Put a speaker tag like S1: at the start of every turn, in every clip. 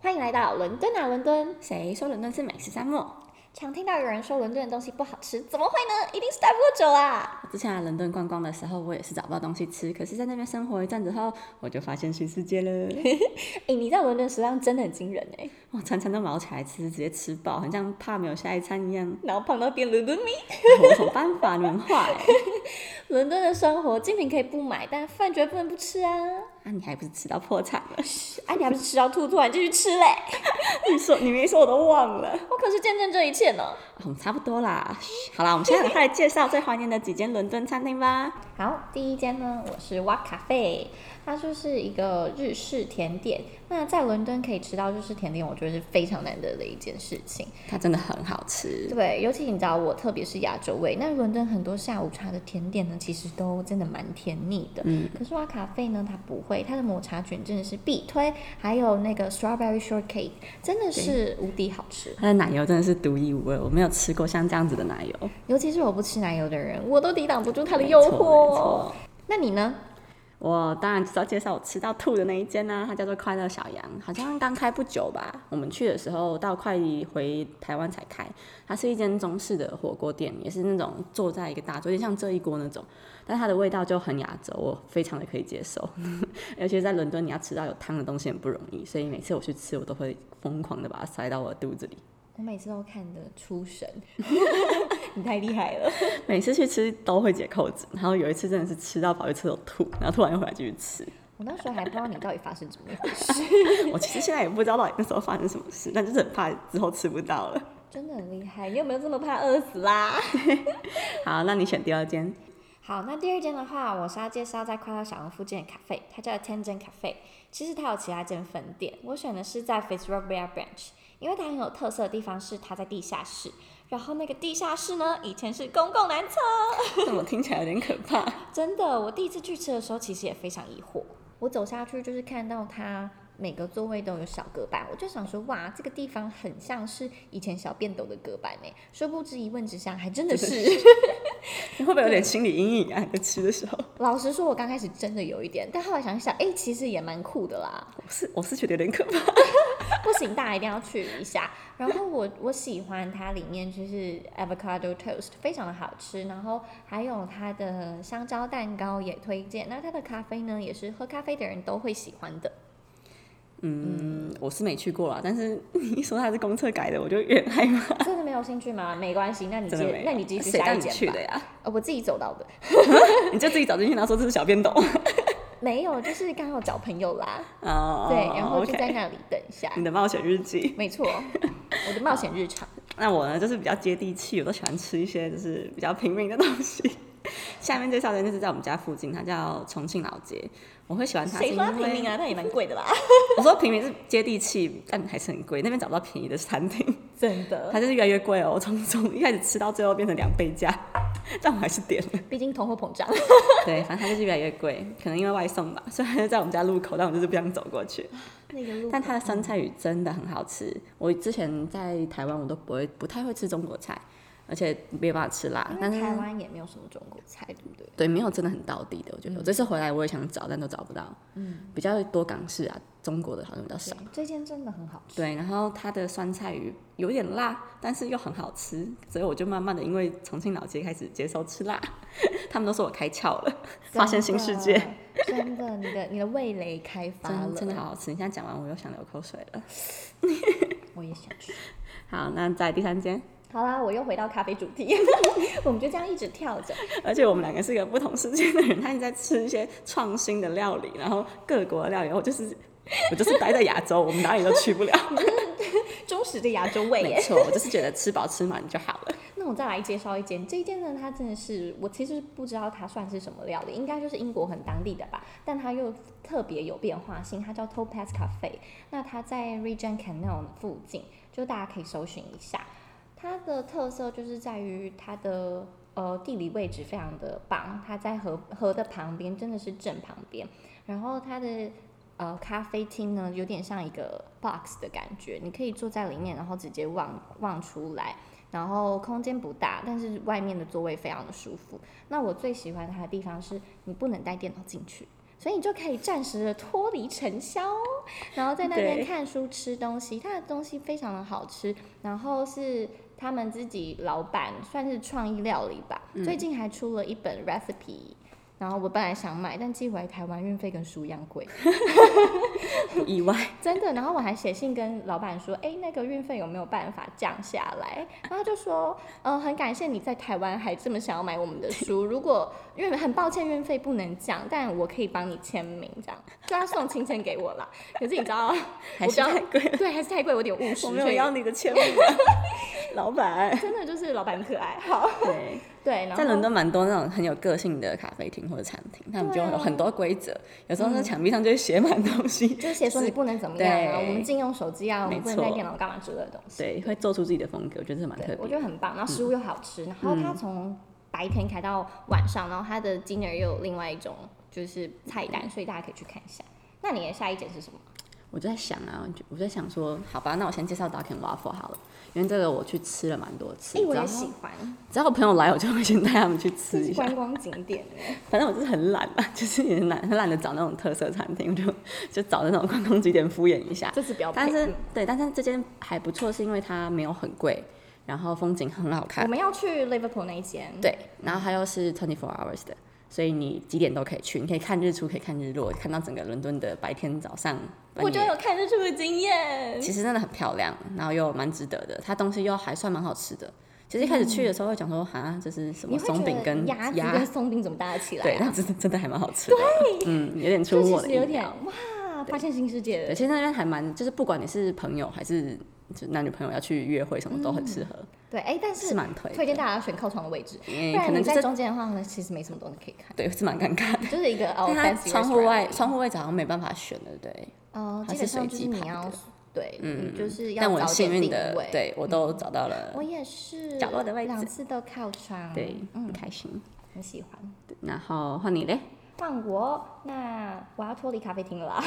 S1: 欢迎来到伦敦啊，伦敦！
S2: 谁说伦敦是美食沙漠？
S1: 常听到有人说伦敦的东西不好吃，怎么会呢？一定是待不啊久啦。
S2: 我之前来伦敦逛逛的时候，我也是找不到东西吃，可是在那边生活一阵子后，我就发现新世界了。
S1: 哎、你在伦敦食量真的很惊人哎、
S2: 我餐餐都毛起来吃，直接吃饱，很像怕没有下一餐一样。
S1: 然后胖到变伦敦迷。
S2: 我有什么办法？你们坏、
S1: 伦敦的生活，精品可以不买，但饭绝对不能不吃啊！
S2: 那、你还不是吃到破产了？
S1: 哎、你还不是吃到吐，突然就去吃嘞？
S2: 你说你没说我都忘了。啊
S1: 我哦可是见证这一切呢。
S2: 我们差不多啦，嘘好啦，我们现在快来介绍最怀念的几间伦敦餐厅吧。
S1: 好，第一间呢，我是哇咖啡，它就是一个日式甜点。那在伦敦可以吃到日式甜点，我觉得是非常难得的一件事情。
S2: 它真的很好吃，
S1: 对，尤其你知道我特别是亚洲味，那伦敦很多下午茶的甜点呢，其实都真的蛮甜腻的。
S2: 嗯，
S1: 可是哇咖啡呢，它不会，它的抹茶卷真的是必推，还有那个 strawberry shortcake 真的是无敌好吃。
S2: 它的奶油真的是独一无二，我没有吃过像这样子的奶油。
S1: 尤其是我不吃奶油的人，我都抵挡不住它的诱
S2: 没错没
S1: 惑
S2: 错。
S1: 那你呢？
S2: 我当然就是要介绍我吃到吐的那一间啊啦、它叫做快乐小羊，好像刚开不久吧。我们去的时候到快回台湾才开，它是一间中式的火锅店，也是那种坐在一个大桌，有点像这一锅那种，但它的味道就很亚洲，我非常的可以接受。 而且在伦敦，你要吃到有汤的东西很不容易，所以每次我去吃，我都会疯狂的把它塞到我的肚子里。
S1: 我每次都看得出 神，你太厉害了。
S2: 每次去吃都会解扣子，然后有一次真的是吃到跑去厕所吐，然后突然又回来继续吃。
S1: 我那时候还不知道你到底发生怎么一回事，
S2: 我其实现在也不知道到底那时候发生什么事，但就是很怕之后吃不到了。
S1: 真的很厉害。你有没有这么怕饿死啊啦？
S2: 好，那你选第二间，
S1: 好，那第二间的话，我是要介绍在快乐小羊附近的咖啡，它叫 Tangent Cafe。其实它有其他间分店，我选的是在 Fitzrovia Branch，因为它很有特色的地方是它在地下室，然后那个地下室呢，以前是公共男厕。
S2: 怎么听起来有点可怕？
S1: 真的，我第一次去吃的时候，其实也非常疑惑。我走下去就是看到它每个座位都有小隔板，我就想说，哇，这个地方很像是以前小便斗的隔板呢。殊不知一问之下，还真的是。
S2: 你会不会有点心理阴影啊？你在吃的时候，
S1: 老实说，我刚开始真的有一点，但后来想一想，哎、其实也蛮酷的啦。
S2: 我是我是觉得有点可怕。
S1: 不行，大家一定要去一下。然后我我喜欢它里面就是 avocado toast，非常的好吃。然后还有它的香蕉蛋糕也推荐。那它的咖啡呢，也是喝咖啡的人都会喜欢的。
S2: 嗯，我是没去过啦，但是 你一说它是公厕改的，我就有点害怕。
S1: 真的没有兴趣吗？没关系，那你
S2: 真的
S1: 接
S2: 没，有，啊
S1: 那你继续
S2: 谁
S1: 下
S2: 带
S1: 一
S2: 你
S1: 间
S2: 去
S1: 吧
S2: 的。 呀？
S1: 呃我自己走到的，
S2: 你就自己找进去，然后说这是小便斗。
S1: 没有，就是刚好找朋友啦。
S2: 哦，
S1: 对，然后就
S2: OK 嗯
S1: 在那里等一下。
S2: 你的冒险日记。
S1: 没错，我的冒险日 常。
S2: 那我呢，就是比较接地气，我都喜欢吃一些就是比较平民的东西。 下面介绍的就是在我们家附近，它叫重庆老街。我会喜欢它，是
S1: 谁
S2: 因
S1: 说
S2: 为
S1: 它平民啊？那也蛮贵的啦。
S2: 我说平民是接地气，但还是很贵，那边找不到便宜的餐厅，
S1: 真的，
S2: 它就是越来越贵哦。我从从一开始吃到最后变成两倍价，但我还是点了。
S1: 毕竟通货膨胀。
S2: 对，反正它就是越来越贵，可能因为外送吧。虽然就在我们家路口，但我就是不想走过去。
S1: 那个路
S2: 但它的酸菜鱼真的很好吃。我之前在台湾我都不会不太会吃中国菜，而且没有办法吃辣。
S1: 因为
S2: 但是
S1: 台湾也没有什么中国菜，对不对？
S2: 对，没有真的很到地的，我觉得。我这次回来我也想找，但都找不到。嗯，比较多港式啊，中国的好像比较少。
S1: 对这间真的很好吃。
S2: 对，然后它的酸菜鱼有点辣，但是又很好吃，所以我就慢慢的因为重庆老街开始接受吃辣， 他们都说我开窍了，发现新世界，
S1: 真的，真的，你的你的味蕾开发
S2: 真
S1: 了，
S2: 真的好好吃。你现在讲完我又想流口水了。
S1: 我也想吃。
S2: 好，那在第三间，
S1: 好啦，我又回到咖啡主题， 我们就这样一直跳着。
S2: 而且我们两个是个不同世界的人，他一直在吃一些创新的料理，然后各国的料理，我就是我就是待在亚洲，我们哪里都去不了。
S1: 忠实的亚洲味
S2: 没
S1: 耶。
S2: 错，我就是觉得吃饱吃满就好了。
S1: 那我再来介绍一间，这一间呢，它真的是我其实不知道它算是什么料理，应该就是英国很当地的吧，但它又特别有变化性，它叫 Topaz Cafe，那它在 Regent Canal 附近，就大家可以搜寻一下。它的特色就是在于它的呃地理位置非常的棒，它在河河的旁边，真的是正旁边。然后它的呃咖啡厅呢，有点像一个 box 的感觉，你可以坐在里面，然后直接望望出来。然后空间不大，但是外面的座位非常的舒服。那我最喜欢它的地方是，你不能带电脑进去，所以你就可以暂时的脱离尘嚣，然后在那边
S2: 对
S1: 看书、吃东西，它的东西非常的好吃，然后是他们自己老板算是创意料理吧，最近还出了一本 recipe。然后我本来想买，但寄回台湾运费跟书一样贵，
S2: 不意外。
S1: 真的。然后我还写信跟老板说，哎，那个运费有没有办法降下来？然后他就说，呃，很感谢你在台湾还这么想要买我们的书。如果运很抱歉运费不能降，但我可以帮你签名，这样就他送亲签给我啦。可是你知道，
S2: 还是太贵，
S1: 对，还是太贵，我有点务实。
S2: 我没有
S1: 所以
S2: 要你的签名， 老板。
S1: 真的就是老板很可爱。好，
S2: 对，
S1: 对，然
S2: 在
S1: 后
S2: 伦敦蛮多那种很有个性的咖啡厅或者餐厅，他们就
S1: 对啊嗯
S2: 有很多规则，有时候那墙壁上就会写满东西，
S1: 就是写说你不能怎么
S2: 对
S1: 样啊，我们禁用手机啊，我
S2: 没
S1: 们不能带
S2: 错
S1: 电脑干嘛之类的东西。
S2: 对，会做出自己的风格，我觉得这蛮特
S1: 对，我
S2: 别
S1: 觉
S2: 的。
S1: 得很棒。然后食物又好吃，然后它从白天开到晚上，然后它的 dinner 又有另外一种就是菜单，所以大家可以去看一下。那你的下一点是什么？
S2: 我就在想啊，我就我就在想说，好吧，那我先介绍 Duck and Waffle 好了，因为这个我去吃了蛮多次。
S1: 哎、我
S2: 只要
S1: 也喜欢，
S2: 只要我朋友来，我就会先带他们去
S1: 这
S2: 吃一
S1: 是
S2: 下。
S1: 观光景点欸
S2: 反正我就是很懒嘛， 就是也很懒，很懒得找那种特色餐厅，我就就找那种观光景点敷衍一下。
S1: 这次不要配。
S2: 但是
S1: 嗯
S2: 对，但是这间还不错，是因为它没有很贵，然后风景很好
S1: 我
S2: 看，
S1: 们要去 Liverpool 那一间，
S2: 对，然后它又是 twenty four hours 的，所以你几点都可以去，你可以看日出，可以看日落，看到整个伦敦的白天早上。半
S1: 我就
S2: 夜
S1: 有看日出的经验。
S2: 其实真的很漂亮，然后又蛮值得的，它东西又还算蛮好吃的。其实一开始去的时候会讲说，哈，这是什么
S1: 你会
S2: 松
S1: 觉
S2: 饼
S1: 得
S2: 跟
S1: 鸭子跟松饼怎么搭得起来、
S2: 对，
S1: 啊？
S2: 那 真的真的还蛮好吃的，嗯，有点出
S1: 就
S2: 乎我
S1: 其
S2: 的
S1: 实
S2: 意料
S1: 有点哇，发现新世界
S2: 对，
S1: 了。
S2: 其实那边还蛮，就是不管你是朋友还是就男女朋友要去约会，什么都很适合，
S1: 对，哎、但
S2: 是
S1: 是
S2: 蛮推的。
S1: 推荐大家选靠窗的位置，不
S2: 嗯，可
S1: 然
S2: 能
S1: 你
S2: 就
S1: 在
S2: 是
S1: 中间的话，其实没什么东西可以看，
S2: 对，是蛮尴尬的。
S1: 就是一个哦
S2: 但它
S1: fancy
S2: 窗户
S1: restaurant 嗯
S2: 外，窗户位置好像没办法选，对不对？
S1: 哦，
S2: 它
S1: 基本
S2: 是随
S1: 上就是
S2: 机
S1: 你
S2: 排
S1: 要
S2: 的
S1: 对，嗯，就是要
S2: 但我很
S1: 早点
S2: 幸运
S1: 定
S2: 的
S1: 位。，，嗯
S2: 对我都找到了
S1: 我，也是
S2: 角落的位置
S1: 两次都靠窗，嗯
S2: 对，，很开心。
S1: 很喜欢。
S2: 对然后换你嘞，
S1: 换我，那我要脱离咖啡厅了 啦。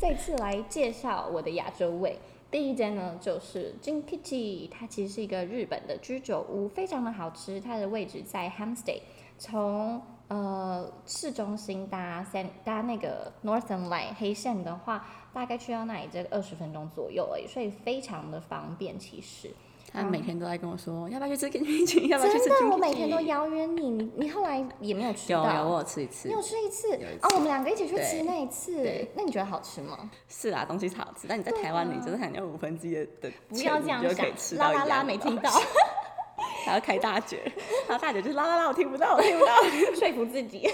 S1: 这次来介绍我的亚洲味。第一间呢，就是 Jinkichi，它其实是一个日本的居酒屋，非常的好吃。它的位置在 Hampstead，从呃市中心搭三搭那个 Northern Line 黑线的话，大概去到那里这个二十分钟左右而已，所以非常的方便。其实，
S2: 他每天都在跟我说，要不要去吃 k i m c h i 要不要去吃
S1: 真
S2: k i
S1: 的，我
S2: m
S1: 每天都
S2: c h
S1: 邀约你，你你后来也没有吃
S2: 有
S1: 到，
S2: 有我有吃一次
S1: 你，有吃一次
S2: 有一
S1: 哦，我们两个一起去
S2: 对
S1: 吃那一次
S2: 对，
S1: 那你觉得好吃 吗？
S2: 是啦，东西是好吃，但你在
S1: 对
S2: 台湾，
S1: 啊
S2: 你就是可能要五分之一的的
S1: 不要这
S2: 钱你
S1: 样
S2: 就可以吃
S1: 想，啦
S2: 到
S1: 啦
S2: 一
S1: 啦，
S2: 样
S1: 没
S2: 的
S1: 听到，
S2: 还要开大绝，然后大绝就是啦啦啦，我听不到，我听不 到。
S1: 说服自 己。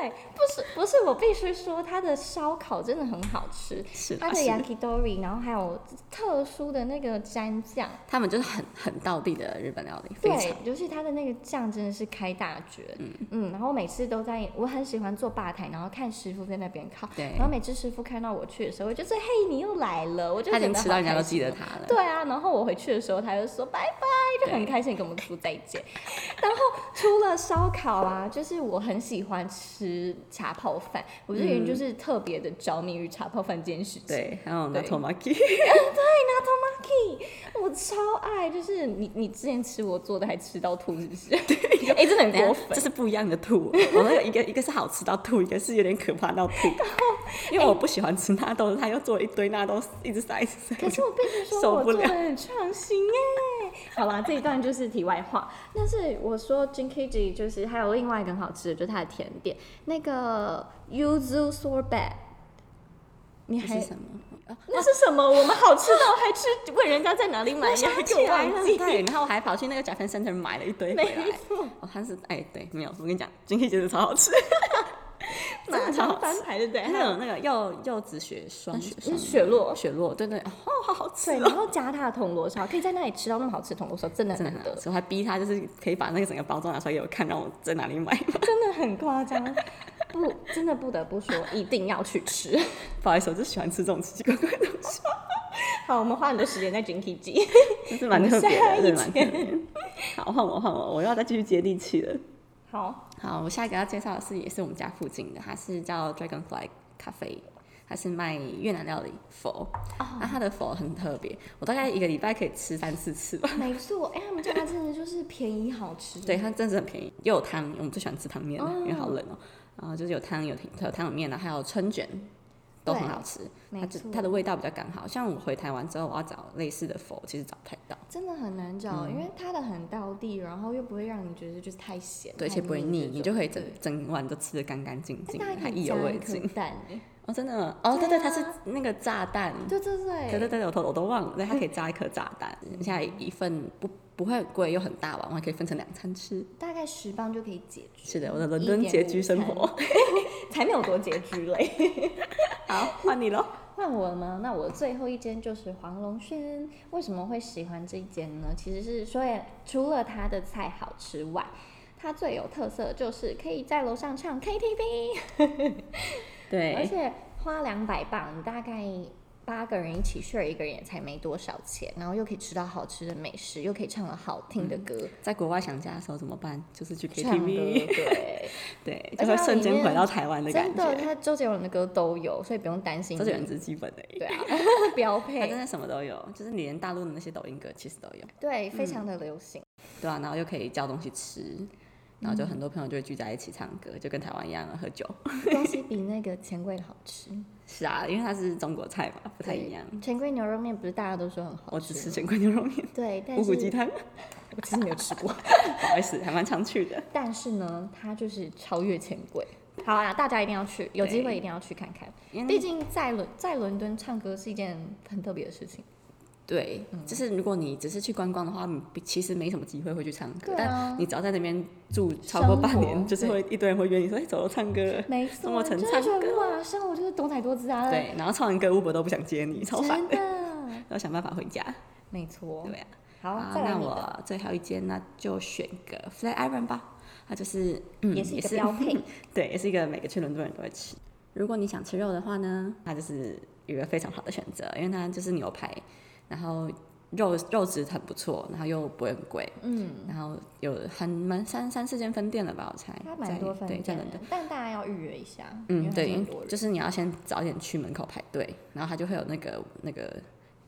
S1: 对，不是不是，我必须说，它的烧烤真的很好吃，
S2: 是
S1: 它
S2: 啦，
S1: 的
S2: 是啦
S1: yakitori，然后还有特殊的那个蘸酱，
S2: 他们就是很很道地的日本料理，非常
S1: 对，就是它的那个酱真的是开大绝，嗯然后每次都在，我很喜欢坐吧台，然后看师傅在那边烤，
S2: 对
S1: 然后每次师傅看到我去的时候，我就是嘿，你又来了，我就
S2: 他
S1: 觉
S2: 已
S1: 得
S2: 经吃到
S1: 好
S2: 人家都
S1: 开心
S2: 记得
S1: 哦
S2: 他了。
S1: 对啊，然后我回去的时候，他就说拜拜，就很开心跟我们说再见。然后除了烧烤啊，就是我很喜欢吃茶泡饭，我这个人就是特别的着迷于茶泡饭这件事情。
S2: 对，还有那
S1: 对
S2: t o m a k i
S1: 我超爱，就是你你之前吃我做的还吃到吐，是不是？哎、真 的很过分
S2: 这。是不一样的吐。我那个一个一个是好吃到吐，一个是有点可怕到 吐。因为我不喜欢吃纳豆，他又做了一堆纳豆，一直塞一直塞。
S1: 可是我必须
S2: 受
S1: 说，我
S2: 不
S1: 做
S2: 了
S1: 的很创新哎、好啦，这一段就是题外话。但是我说 Jinkiji 就是还有另外一个很好吃的，就是它的甜点，那个 Yuzu sorbet。你
S2: 这
S1: 还
S2: 是什么？哦
S1: 那是什么？我们好吃到还吃？问人家在哪里买
S2: 我
S1: 呀？
S2: 想
S1: 还给
S2: 起
S1: 我
S2: 来
S1: 忘
S2: 了，
S1: 记。
S2: 对，然后我还跑去那个 Japan Center 买了一堆回来
S1: 没。错，
S2: 哦，它是哎，对，没有，我跟你讲，今天真的超好 吃，真
S1: 马
S2: 的超
S1: 上
S2: 好吃。
S1: 翻牌，对不对？
S2: 还有那个柚柚子雪霜，
S1: 是雪落。
S2: 雪落，对对，哦，好好吃
S1: 对，
S2: 哦
S1: 然，后加它的铜锣烧，可以在那里吃到那么好吃的铜锣烧，真的很
S2: 真的
S1: 难
S2: 很
S1: 得
S2: 好。吃。我还逼他就是可以把那个整个包装拿出来给我看，让我在哪里买。
S1: 真的很夸张，不，真的不得不说，一定要去吃。
S2: 不好意思，我就喜欢吃这种奇奇怪怪的东西，
S1: 好，我们花很多时间在 j i n k i j
S2: 真是蛮特别
S1: 下
S2: 的，
S1: 一
S2: 真的蛮特别的。好，换我换我，我又要再继续接地气了。
S1: 好，
S2: 好，我下一个要介绍的是也是我们家附近的，它是叫 Dragonfly 咖啡，它是卖越南料理佛。那它的佛很特别，我大概一个礼拜可以吃三四次吧。
S1: 没错，哎、他们家真的就是便宜好吃。
S2: 对，它真的是很便宜，又有汤，我们最喜欢吃汤面了，
S1: 哦
S2: 啊因为好冷哦、然后就是有汤，有有汤有面的，还有春卷，都很好吃，它
S1: 没
S2: 只
S1: 错，
S2: 它的味道比较刚好。像我回台湾之后，我要找类似的佛，其实找不太到，
S1: 真的很难找，因为它的很到地，然后又不会让你觉得就是太咸，
S2: 对，而
S1: 太
S2: 且不会腻，
S1: 这
S2: 你
S1: 种
S2: 就可以整
S1: 对
S2: 整碗都吃的干干净净
S1: 但
S2: 的，
S1: 它
S2: 还
S1: 哎可以
S2: 意
S1: 加
S2: 犹
S1: 一
S2: 未
S1: 颗
S2: 尽。
S1: 蛋欸耶，
S2: 哦，真的，哦，对对，它是
S1: 对
S2: 那个炸弹，
S1: 对对对，嗯
S2: 对对对，我都我都忘了，对，它可以炸一颗炸弹，现在一份不不会很贵又很大碗，我还可以分成两餐吃。
S1: 大概十磅就可以解决，
S2: 是的，我的伦敦拮据生活。
S1: 才没有多拮据嘞。
S2: 好，换 你喽。
S1: 换我了吗？那我最后一间就是黄龙轩。为什么会喜欢这一间呢？其实是说，除了它的菜好吃外，它最有特色就是可以在楼上唱 KTV，而
S2: 对，
S1: 且花两百磅，你大概八个人一起 share 一个人也才没多少钱，然后又可以吃到好吃的美食，又可以唱了好听的歌，
S2: 在国外想家的时候怎么办？就是去
S1: 唱歌
S2: KTV，
S1: 对，
S2: 对，
S1: 而
S2: 就
S1: 且
S2: 会
S1: 它
S2: 瞬
S1: 里
S2: 间
S1: 面
S2: 回到台湾的感
S1: 真的，
S2: 觉。
S1: 它周杰伦的歌都有，所以不用担心。
S2: 这简直基本的，
S1: 对啊， 标
S2: 它真
S1: 配，
S2: 的什么都有，就是嗯你连大陆的那些抖音歌其实都有，
S1: 对，非常的流行。
S2: 对啊，然后又可以叫东西吃，
S1: 嗯
S2: 然后就很多朋友就会聚在一起唱歌，就跟台湾一样啊喝酒。
S1: 东西比那个钱柜的好吃，
S2: 是啊，因为它是中国菜嘛，不太一样。
S1: 钱柜牛肉面不是大家都说很好吃吗？
S2: 我只吃全锅牛肉面、
S1: 对，啊 但
S2: 五
S1: 是
S2: 谷鸡汤，
S1: 我其实没有吃过。
S2: 不好意思，还蛮常去的。
S1: 但是呢，它就是超越钱 柜。好啊，大家一定要去，有机会一定要去看看。
S2: 因
S1: 毕
S2: 为
S1: 竟在伦在伦敦唱歌是一件很特别的事 情。
S2: 对，
S1: 嗯
S2: 就是如果你只是去观光的话，你其实没什么机会会去唱歌。
S1: 对啊
S2: 但你只要在那边住超过半
S1: 生活
S2: 年，就是会一堆人会约你说：“哎、走楼唱歌。
S1: 没
S2: 生
S1: 错，
S2: 活成
S1: 真的
S2: 唱
S1: 觉得
S2: 歌
S1: 哇，生活就是多彩多姿啊。”，
S2: 对，然后唱完歌，Uber 都不想接你，超烦
S1: 真
S2: 的，
S1: 的，
S2: 要想办法回家。
S1: 没错。
S2: 对啊，
S1: 好，
S2: 啊
S1: 再来
S2: 那
S1: 你的，
S2: 我最后一间，那就选个 Flat Iron 吧。它就是，嗯，
S1: 也是一个标 配。
S2: 对，也是一个每个去伦敦人都会吃。如果你想吃肉的话呢，它就是一个非常好的选择，因为它就是牛排，然后肉肉质很不错，然后又不会很贵，
S1: 嗯，
S2: 然后有很蛮三三四间分店了吧，我猜。
S1: 它蛮多
S2: 在
S1: 分
S2: 对，在
S1: 店
S2: 伦
S1: 的
S2: 敦。，
S1: 但大家要预约一下，因为
S2: 嗯，
S1: 还是
S2: 对
S1: 很多，人
S2: 就是你要先早点去门口排队，然后它就会有那个那个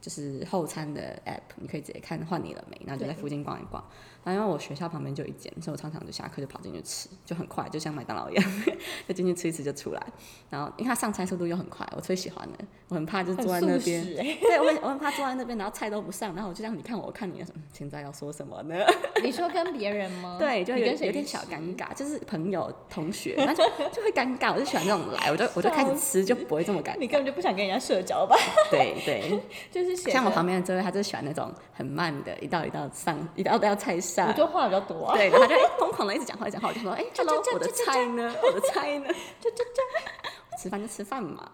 S2: 就是后餐的 app，你可以直接看换你了没，然后就在
S1: 对
S2: 附近逛一逛。然后因为我学校旁边就有一间，所以我常常就下课就跑进去吃，就很快，就像麦当劳一样， 就进去吃一吃就出来。然后因为它上菜速度又很快，我最喜欢的，我很怕就坐在那
S1: 很素
S2: 边，
S1: 食 欸
S2: 对我很我很怕坐在那边，然后菜都不上，然后我就让你看我，我看你，嗯现在要说什么呢？
S1: 你说跟别人吗？
S2: 对，就
S1: 哦你
S2: 有
S1: 跟谁
S2: 有点
S1: 一起
S2: 小尴尬，就是朋友、同学，那就就会尴尬。我就喜欢这种来，我就我就开始吃，就不会这么尴
S1: 你
S2: 尬。
S1: 根 本就不想跟人家社交吧？
S2: 对对，
S1: 就是显得
S2: 像我旁边的这位，他就喜欢那种很慢的，一道一道上，一道一道菜
S1: 我
S2: 上。
S1: 就话比较多、啊，
S2: 对，然后他就哎疯狂的一直讲话，一直讲话，我就说，哎
S1: 这
S2: ，hello，
S1: 这
S2: 我的
S1: 这这
S2: 菜呢？我的菜 呢？就就就，吃饭就吃饭嘛。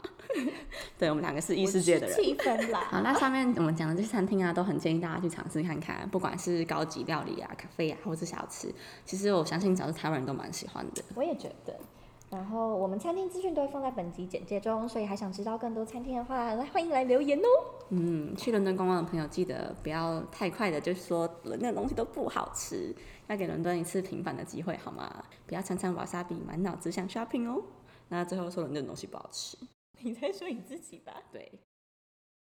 S2: 对我们两个是异世界的人
S1: 我。是气氛啦。
S2: 好，那上面我们讲的这些餐厅啊，都很建议大家去尝试看看，不管是高级料理啊、咖啡啊，或是小吃，其实我相信只要是台湾人都蛮喜欢的。
S1: 我也觉得。然后我们餐厅资讯都会放在本集简介中，所以还想知道更多餐厅的话，来欢迎来留言哦。
S2: 嗯，去伦敦观光的朋友记得不要太快的就说伦敦的东西都不好吃，要给伦敦一次平反的机会好吗？不要常常瓦莎比 满脑子想 shopping 哦。那最后说伦敦的东西不好吃，
S1: 你在说你自己吧？
S2: 对。